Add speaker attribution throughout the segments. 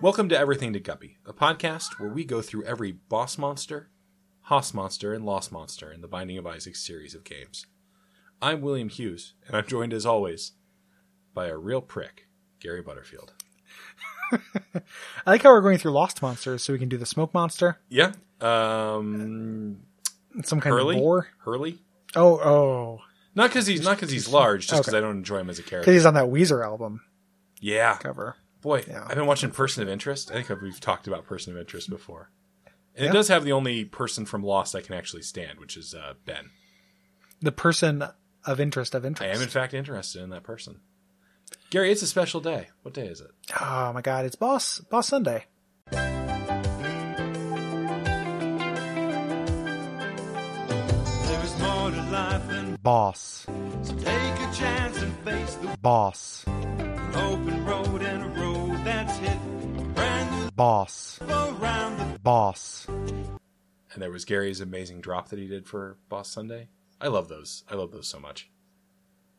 Speaker 1: Welcome to Everything to Guppy, a podcast where we go through every boss monster, Haas monster, and Lost monster in the Binding of Isaac series of games. I'm William Hughes, and I'm joined as always by a real prick, Gary Butterfield.
Speaker 2: I like how we're going through lost monsters, so we can do the smoke monster,
Speaker 1: Yeah. Um,
Speaker 2: some kind
Speaker 1: Hurley.
Speaker 2: of Uh, boar.
Speaker 1: Hurley.
Speaker 2: Oh, oh,
Speaker 1: Not because he's not because he's large, just because
Speaker 2: Okay.
Speaker 1: I don't enjoy him as a
Speaker 2: because
Speaker 1: character.
Speaker 2: he's on that Weezer album
Speaker 1: Yeah.
Speaker 2: cover.
Speaker 1: Boy,
Speaker 2: Yeah.
Speaker 1: I've been watching Person of Interest. I think we've talked about Person of Interest before. And
Speaker 2: Yeah.
Speaker 1: it does have the only person from Lost I can actually stand, which is uh, Ben.
Speaker 2: The person of interest of
Speaker 1: I
Speaker 2: interest.
Speaker 1: am, in fact, interested in that person. Gary, it's a special day. What day is it?
Speaker 2: oh my god, it's Boss Boss Sunday.
Speaker 3: There is more to life than
Speaker 2: Boss,
Speaker 3: so take a chance and face the
Speaker 2: boss,
Speaker 3: open road and a road that's hit. Brand
Speaker 2: boss,
Speaker 3: new around the
Speaker 2: boss.
Speaker 1: And there was Gary's amazing drop that he did for Boss Sunday. I love those. I love those so much.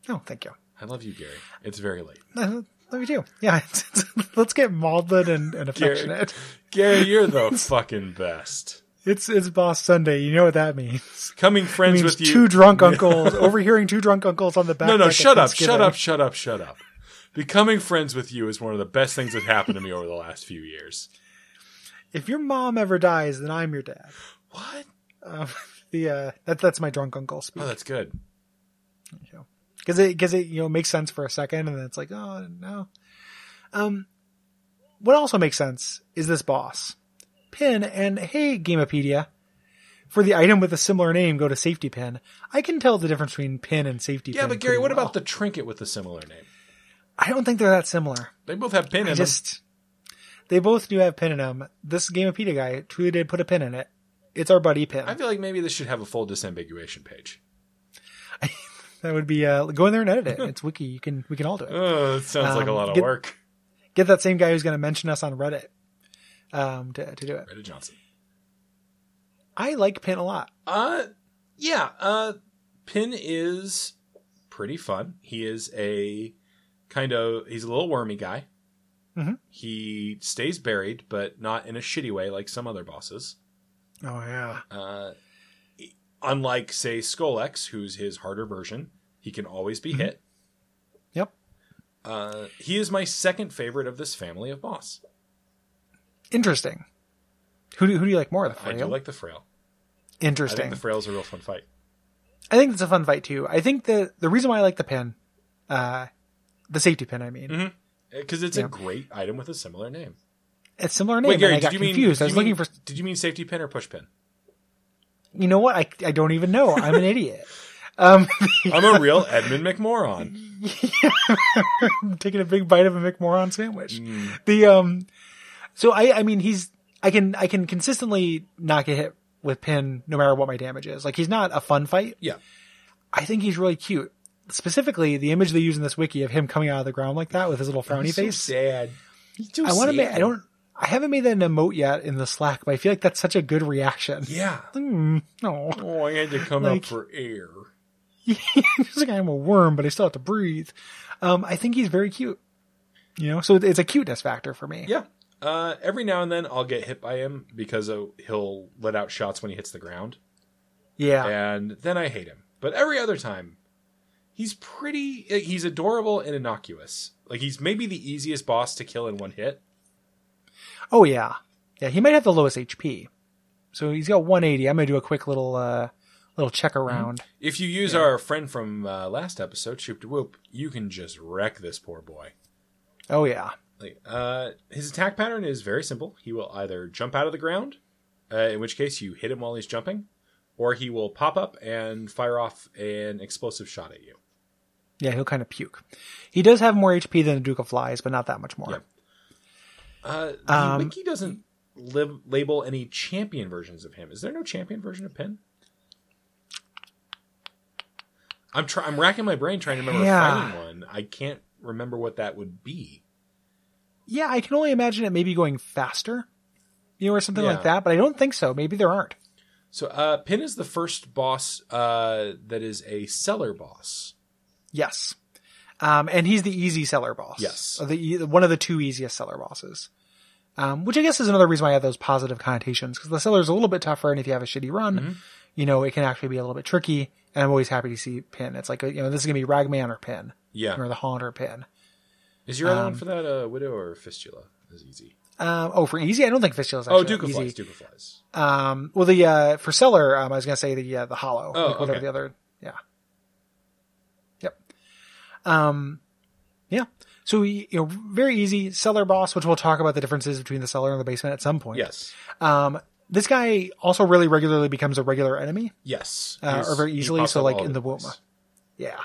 Speaker 2: Oh, thank you.
Speaker 1: I love you, Gary. It's very late.
Speaker 2: Uh, Love you too. Yeah, let's get maudlin and, and
Speaker 1: Gary.
Speaker 2: affectionate.
Speaker 1: Gary, you're the fucking best.
Speaker 2: It's it's Boss Sunday. You know what that means.
Speaker 1: Coming
Speaker 2: It
Speaker 1: friends
Speaker 2: means
Speaker 1: with you.
Speaker 2: two drunk uncles overhearing two drunk uncles on the back.
Speaker 1: no,
Speaker 2: deck
Speaker 1: no,
Speaker 2: at
Speaker 1: shut up, shut
Speaker 2: Thanksgiving.
Speaker 1: up, shut up, shut up. Becoming friends with you is one of the best things that happened to me over the last few years.
Speaker 2: If your mom ever dies, then I'm your dad.
Speaker 1: What?
Speaker 2: Um, the uh, that that's my drunk uncle speak
Speaker 1: Oh, that's good.
Speaker 2: because it because it you know makes sense for a second and then it's like oh no. Um, what also makes sense is this boss, pin and hey Gamepedia, for the item with a similar name, go to safety pin. I can tell the difference between pin and safety.
Speaker 1: Yeah,
Speaker 2: pin
Speaker 1: but Gary,
Speaker 2: pretty
Speaker 1: what
Speaker 2: well.
Speaker 1: about the trinket with the similar name?
Speaker 2: I don't think they're that similar.
Speaker 1: They both have pin
Speaker 2: I
Speaker 1: in
Speaker 2: just they both do have pin in them. This Gamepedia guy truly did put a pin in it. It's our buddy pin.
Speaker 1: them. I feel like maybe this should have a full disambiguation page.
Speaker 2: that would be uh, go in there and edit it. It's wiki. You can we can all do it.
Speaker 1: Oh, that sounds like a
Speaker 2: Um,
Speaker 1: lot of
Speaker 2: get-
Speaker 1: work.
Speaker 2: get that same guy who's going to mention us on Reddit um, to, to do it.
Speaker 1: Reddit Johnson.
Speaker 2: I like Pin a lot.
Speaker 1: Uh, yeah. Uh, Pin is pretty fun. He is a kind of he's a little wormy guy.
Speaker 2: Mhm.
Speaker 1: He stays buried, but not in a shitty way like some other bosses.
Speaker 2: Oh yeah,
Speaker 1: Uh, unlike say Skolex, who's his harder version, he can always
Speaker 2: Mm-hmm.
Speaker 1: be hit.
Speaker 2: yep.
Speaker 1: Uh, he is my second favorite of this family of boss.
Speaker 2: Interesting. Who do, who do you like more, the
Speaker 1: I do
Speaker 2: frail?
Speaker 1: like the frail. I
Speaker 2: Interesting.
Speaker 1: think the frail's a real fun fight.
Speaker 2: it's a fun fight too. I think the the reason why I like the pin, uh, the safety pin, I
Speaker 1: Mm-hmm.
Speaker 2: mean,
Speaker 1: Because Uh, it's
Speaker 2: Yeah.
Speaker 1: a great item with a similar name.
Speaker 2: it's similar name.
Speaker 1: Wait, Gary,
Speaker 2: and I
Speaker 1: did
Speaker 2: got
Speaker 1: you mean?
Speaker 2: confused.
Speaker 1: did
Speaker 2: I was
Speaker 1: you mean-
Speaker 2: looking for.
Speaker 1: Did you mean safety pin or push pin?
Speaker 2: You know what? I I don't even know. I'm an idiot. Um,
Speaker 1: I'm a real Edmund McMoron.
Speaker 2: I'm taking a big bite of a McMoron sandwich.
Speaker 1: Mm.
Speaker 2: The um, so I I mean he's I can I can consistently not get hit with pin no matter what my damage is. Like he's not a fun fight.
Speaker 1: Yeah.
Speaker 2: I think he's really cute. Specifically, the image they use in this wiki of him coming out of the ground like that with his little frowny face.
Speaker 1: sad.
Speaker 2: I want to make I don't I haven't made that an emote yet in the Slack, but I feel like that's such a good reaction.
Speaker 1: Yeah.
Speaker 2: Mm, no,
Speaker 1: Oh, I had to come
Speaker 2: Like-
Speaker 1: up for air.
Speaker 2: it's like I'm a worm, but I still have to breathe. Um, I think he's very cute. You know, so it's a cuteness factor for me.
Speaker 1: Yeah. Uh, every now and then I'll get hit by him because uh he'll let out shots when he hits the ground,
Speaker 2: Yeah.
Speaker 1: and then I hate him. But every other time, he's pretty. He's adorable and innocuous. Like he's maybe the easiest boss to kill in one hit.
Speaker 2: Oh yeah, yeah. He might have the lowest HP, so he's got 180. I'm gonna do a quick little uh little check
Speaker 1: Mm-hmm.
Speaker 2: around.
Speaker 1: If you use our friend from uh, last episode, Shoop to Whoop, you can just wreck this poor boy.
Speaker 2: Oh yeah,
Speaker 1: Like, uh, his attack pattern is very simple. He will either jump out of the ground, uh, in which case you hit him while he's jumping, or he will pop up and fire off an explosive shot at you.
Speaker 2: yeah. He'll kind of puke. He does have more HP than the Duke of Flies, but not that much more.
Speaker 1: Yeah. Uh, the
Speaker 2: Um,
Speaker 1: wiki doesn't lib- label any champion versions of him. Is there no champion version of Pin? I'm try- I'm racking my brain trying to remember
Speaker 2: Yeah.
Speaker 1: finding one. I can't remember what that would be.
Speaker 2: Yeah, I can only imagine it maybe going faster, you know, or something
Speaker 1: Yeah.
Speaker 2: like that. But I don't think so. Maybe there aren't.
Speaker 1: So uh, Pin is the first boss uh, that is a seller boss.
Speaker 2: Yes. Um, and he's the easy seller boss.
Speaker 1: Yes.
Speaker 2: Or The e- one of the two easiest seller bosses. um, which I guess is another reason why I have those positive connotations because the seller's a little bit tougher, and if you have a shitty run,
Speaker 1: Mm-hmm.
Speaker 2: you know it can actually be a little bit tricky. And I'm always happy to see Pin. It's like you know this is gonna be Ragman or Pin
Speaker 1: Yeah.
Speaker 2: or the Haunter Pin.
Speaker 1: Is your other one for that uh, widow or fistula? Is easy.
Speaker 2: Um, oh, for easy, I don't think Fistula is actually
Speaker 1: Oh, Duke of
Speaker 2: easy.
Speaker 1: Flies. Duke of Flies.
Speaker 2: Um, well, the uh, for seller, um, I was gonna say the uh, the hollow,
Speaker 1: Oh,
Speaker 2: like whatever
Speaker 1: okay.
Speaker 2: the other, yeah, yep, um, yeah. So we, you know, very easy seller boss, which we'll talk about the differences between the seller and the basement at some point.
Speaker 1: Yes.
Speaker 2: Um, this guy also really regularly becomes a regular enemy.
Speaker 1: Yes.
Speaker 2: Uh,
Speaker 1: He's-
Speaker 2: or very
Speaker 1: he
Speaker 2: easily,
Speaker 1: pops
Speaker 2: so
Speaker 1: up
Speaker 2: like
Speaker 1: all
Speaker 2: in
Speaker 1: over
Speaker 2: the
Speaker 1: place.
Speaker 2: Wilma. Yeah,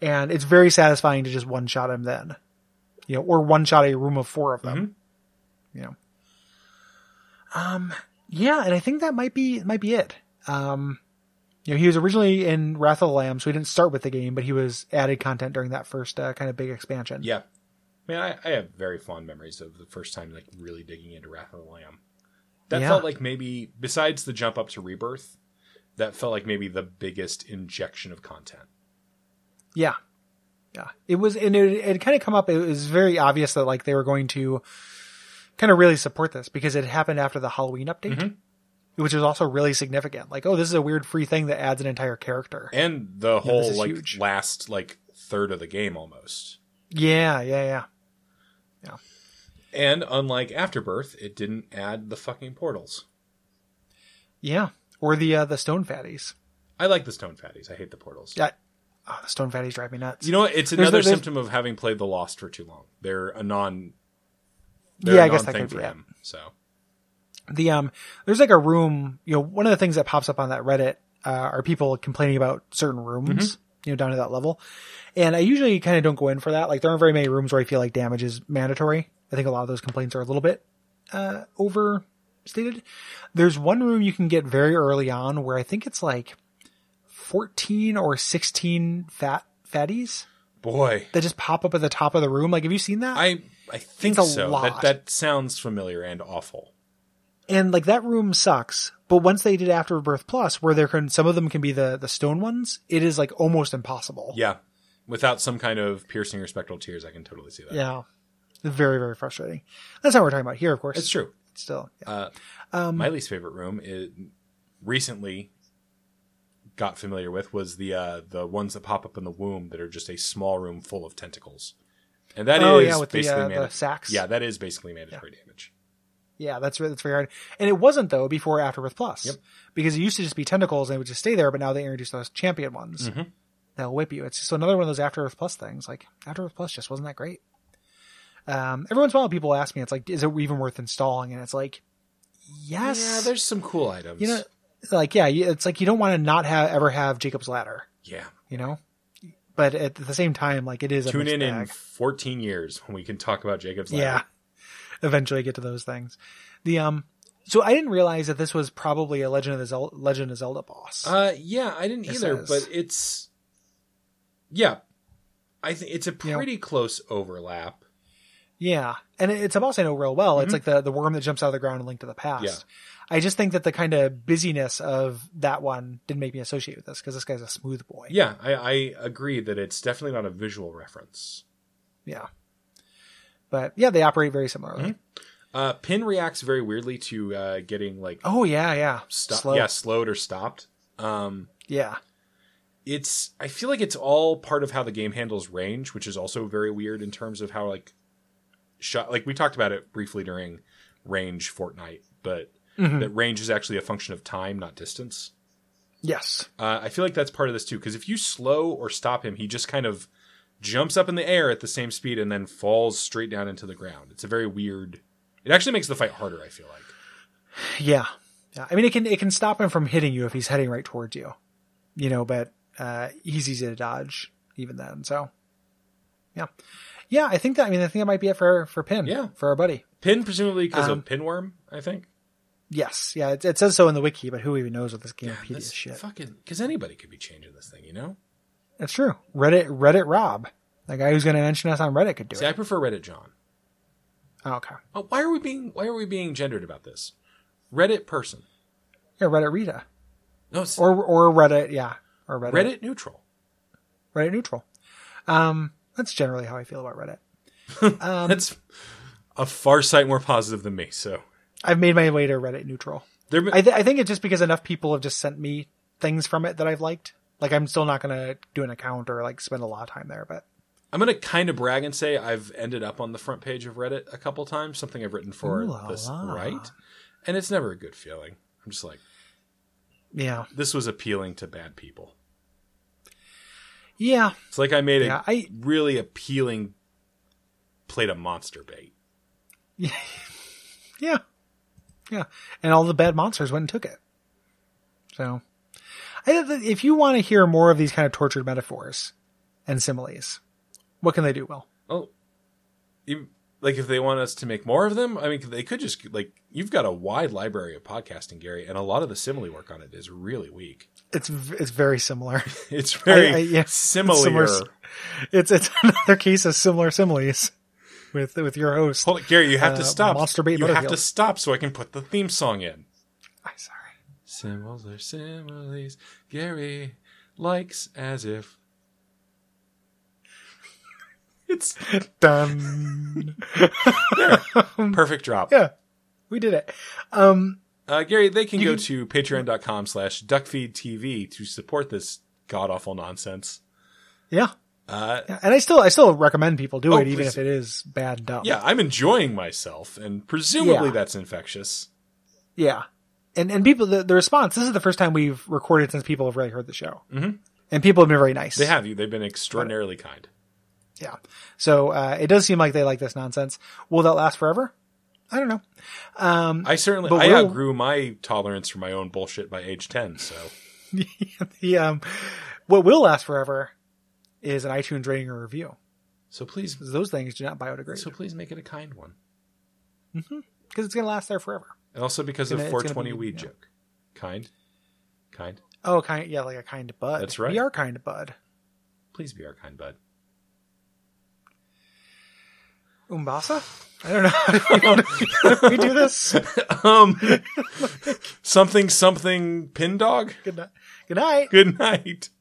Speaker 2: and it's very satisfying to just one shot him then, you know, or one shot a room of four of them, you know. Um, yeah, and I think that might be might be it. Um, you know, he was originally in Wrath of the Lamb, so he didn't start with the game, but he was added content during that first uh, kind of big expansion.
Speaker 1: Yeah. Man, I, I have very fond memories of the first time like really digging into Wrath of the Lamb. That
Speaker 2: Yeah.
Speaker 1: felt like maybe besides the jump up to Rebirth, that felt like maybe the biggest injection of content.
Speaker 2: Yeah. Yeah. It was, and it, it kind of come up, it was very obvious that like they were going to kind of really support this because it happened after the Halloween update, which was also really significant. Like, oh, this is a weird free thing that adds an entire character.
Speaker 1: And the whole
Speaker 2: is
Speaker 1: like
Speaker 2: huge.
Speaker 1: last like third of the game almost.
Speaker 2: Yeah. Yeah. Yeah.
Speaker 1: And unlike Afterbirth, it didn't add the fucking portals.
Speaker 2: Yeah. Or the, uh, the stone fatties.
Speaker 1: I like the stone fatties. I hate the portals.
Speaker 2: Yeah. Oh, the stone fatties drive me nuts.
Speaker 1: You know what? It's
Speaker 2: no-
Speaker 1: another
Speaker 2: there's-
Speaker 1: symptom of having played The Lost for too long. They're a non. They're
Speaker 2: yeah.
Speaker 1: a
Speaker 2: I guess
Speaker 1: non
Speaker 2: that
Speaker 1: thing
Speaker 2: could
Speaker 1: for
Speaker 2: be it.
Speaker 1: him. So
Speaker 2: the um there's like a room you know one of the things that pops up on that reddit uh, are people complaining about certain rooms you know down to that level and i usually kind of don't go in for that like there aren't very many rooms where i feel like damage is mandatory i think a lot of those complaints are a little bit uh overstated there's one room you can get very early on where i think it's like 14 or 16 fat fatties
Speaker 1: boy,
Speaker 2: that just pop up at the top of the room like have you seen that
Speaker 1: I I think
Speaker 2: It's a
Speaker 1: so. That
Speaker 2: lot.
Speaker 1: that sounds familiar and awful.
Speaker 2: and like that room sucks but once they did afterbirth plus where there can some of them can be the the stone ones it is like almost impossible
Speaker 1: Yeah, without some kind of piercing or spectral tears, I can totally see that.
Speaker 2: yeah very very frustrating that's not what we're talking about here of course
Speaker 1: it's true.
Speaker 2: still yeah.
Speaker 1: Uh,
Speaker 2: um
Speaker 1: My least favorite room is recently got familiar with was the uh, the ones that pop up in the womb that are just a small room full of tentacles, and that is
Speaker 2: oh yeah with the,
Speaker 1: basically
Speaker 2: uh, the
Speaker 1: manda-
Speaker 2: sacks
Speaker 1: yeah that is basically mandatory damage.
Speaker 2: yeah that's re- that's very hard and it wasn't though before afterbirth plus
Speaker 1: Yep.
Speaker 2: because it used to just be tentacles and it would just stay there but now they introduced those champion ones
Speaker 1: Mhm.
Speaker 2: that'll whip you it's just another one of those afterbirth plus things like afterbirth plus just wasn't that great um every once in a while people ask me it's like is it even worth installing and it's like yes
Speaker 1: Yeah, there's some cool items.
Speaker 2: you know, like yeah, you- it's like you don't want to not have ever have Jacob's Ladder,
Speaker 1: yeah.
Speaker 2: you know. But at the same time, like it is a
Speaker 1: Tune
Speaker 2: mixed
Speaker 1: in in
Speaker 2: bag.
Speaker 1: 14 years when we can talk about Jacob's Ladder.
Speaker 2: yeah. Eventually, get to those things. The um, so I didn't realize that this was probably a Legend of the Zelda, Legend of Zelda boss.
Speaker 1: Uh, yeah, I didn't
Speaker 2: It
Speaker 1: either,
Speaker 2: says.
Speaker 1: but it's yeah, I think it's a
Speaker 2: You know.
Speaker 1: pretty close overlap.
Speaker 2: yeah, and it- it's a boss I know real well. It's like the the worm that jumps out of the ground and linked to the past.
Speaker 1: Mm-hmm. Yeah.
Speaker 2: I just think that the kind of busyness of that one didn't make me associate with this because this guy's a smooth boy.
Speaker 1: Yeah, I, I agree that it's definitely not a visual reference.
Speaker 2: Yeah. But yeah, they operate very similarly.
Speaker 1: Uh, Pin reacts very weirdly to uh, getting like
Speaker 2: Oh yeah, yeah.
Speaker 1: sto-
Speaker 2: Slow.
Speaker 1: yeah slowed or stopped. Um,
Speaker 2: Yeah.
Speaker 1: it's I feel like it's all part of how the game handles range, which is also very weird in terms of how like shot like we talked about it briefly during range Fortnite, but
Speaker 2: Mhm.
Speaker 1: that range is actually a function of time, not distance.
Speaker 2: Yes.
Speaker 1: Uh, I feel like that's part of this too, because if you slow or stop him, he just kind of jumps up in the air at the same speed and then falls straight down into the ground. It's a very weird. It actually makes the fight harder. I feel like.
Speaker 2: Yeah. Yeah. I mean, it can, it can stop him from hitting you if he's heading right towards you, you know, but, uh, he's easy to dodge even then. So yeah. Yeah. I think that, I mean, I think that might be it for, for pin.
Speaker 1: Yeah.
Speaker 2: For our buddy.
Speaker 1: Pin presumably because
Speaker 2: Um,
Speaker 1: of pinworm. I think.
Speaker 2: Yes. Yeah. It, it says so in the wiki, but who even knows what this game
Speaker 1: God,
Speaker 2: is
Speaker 1: this
Speaker 2: shit.
Speaker 1: Fucking because anybody could be changing this thing, you know.
Speaker 2: That's true. Reddit, Reddit Rob, the guy who's going to mention us on Reddit could do
Speaker 1: See,
Speaker 2: it.
Speaker 1: I prefer Reddit John.
Speaker 2: Oh, okay.
Speaker 1: Oh, why are we being Why are we being gendered about this? Reddit person.
Speaker 2: Yeah. Reddit Rita
Speaker 1: No, it's
Speaker 2: or, or Reddit. Yeah. Or Reddit.
Speaker 1: Reddit neutral.
Speaker 2: Reddit neutral. Um, that's generally how I feel about Reddit.
Speaker 1: That's. a far sight more positive than me. So
Speaker 2: I've made my way to Reddit neutral.
Speaker 1: there, have been-
Speaker 2: I, th- I think it's just because enough people have just sent me things from it that I've liked. Like I'm still not gonna do an account or like spend a lot of time there, but
Speaker 1: I'm gonna kind of brag and say I've ended up on the front page of Reddit a couple times. Something I've written for
Speaker 2: Ooh la
Speaker 1: this
Speaker 2: la.
Speaker 1: right, and it's never a good feeling. I'm just like
Speaker 2: yeah,
Speaker 1: this was appealing to bad people.
Speaker 2: yeah,
Speaker 1: It's like I made a
Speaker 2: Yeah, I-
Speaker 1: really appealing plate of monster bait.
Speaker 2: yeah, yeah. And all the bad monsters went and took it. So, I think that if you want to hear more of these kind of tortured metaphors and similes, what can they do? Well,
Speaker 1: Oh, you- like if they want us to make more of them, I mean, they could just like you've got a wide library of podcasting, Gary, and a lot of the simile work on it is really weak.
Speaker 2: it's v- it's very similar.
Speaker 1: It's very
Speaker 2: I- yeah,
Speaker 1: similar.
Speaker 2: similar- it's it's another case of similar similes with with your host.
Speaker 1: Hold it, Gary. You have
Speaker 2: Uh,
Speaker 1: to stop.
Speaker 2: Monster Bait
Speaker 1: you have
Speaker 2: Butterfield.
Speaker 1: to stop so I can put the theme song in.
Speaker 2: I'm sorry.
Speaker 1: Symbols are similes. Gary likes as if. It's
Speaker 2: Done.
Speaker 1: perfect drop.
Speaker 2: yeah, we did it. Um,
Speaker 1: Uh, Gary, they can go
Speaker 2: Mm-hmm.
Speaker 1: to patreon.com slash duckfeedtv to support this god awful nonsense.
Speaker 2: yeah.
Speaker 1: Uh,
Speaker 2: Yeah, and I still I still recommend people do
Speaker 1: Oh,
Speaker 2: it, even
Speaker 1: please
Speaker 2: if it is bad and dumb.
Speaker 1: yeah, I'm enjoying myself, and presumably
Speaker 2: Yeah.
Speaker 1: that's infectious.
Speaker 2: yeah. And and people the, the response. This is the first time we've recorded since people have really heard the show, mm-hmm. and people have been very nice.
Speaker 1: They have you. They've been extraordinarily kind.
Speaker 2: Yeah. So uh, it does seem like they like this nonsense. Will that last forever? I don't know.
Speaker 1: I certainly
Speaker 2: Um, But
Speaker 1: I
Speaker 2: we'll-
Speaker 1: outgrew my tolerance for my own bullshit by age 10, so
Speaker 2: the um, what will last forever is an iTunes rating or review.
Speaker 1: so please
Speaker 2: 'Cause Those things do not biodegrade
Speaker 1: so
Speaker 2: because
Speaker 1: please make it a kind one.
Speaker 2: it's going to last there forever.
Speaker 1: And also because
Speaker 2: Gonna-
Speaker 1: of
Speaker 2: it's gonna
Speaker 1: 420
Speaker 2: be-
Speaker 1: weed
Speaker 2: yeah.
Speaker 1: joke. Kind. Kind.
Speaker 2: Oh, kind yeah, like a kind bud.
Speaker 1: That's right.
Speaker 2: We are kind bud.
Speaker 1: Please be our kind bud.
Speaker 2: Umbasa? I don't know. I don't know. we do this.
Speaker 1: Um something something pin dog.
Speaker 2: Good night. Good night.
Speaker 1: Good night.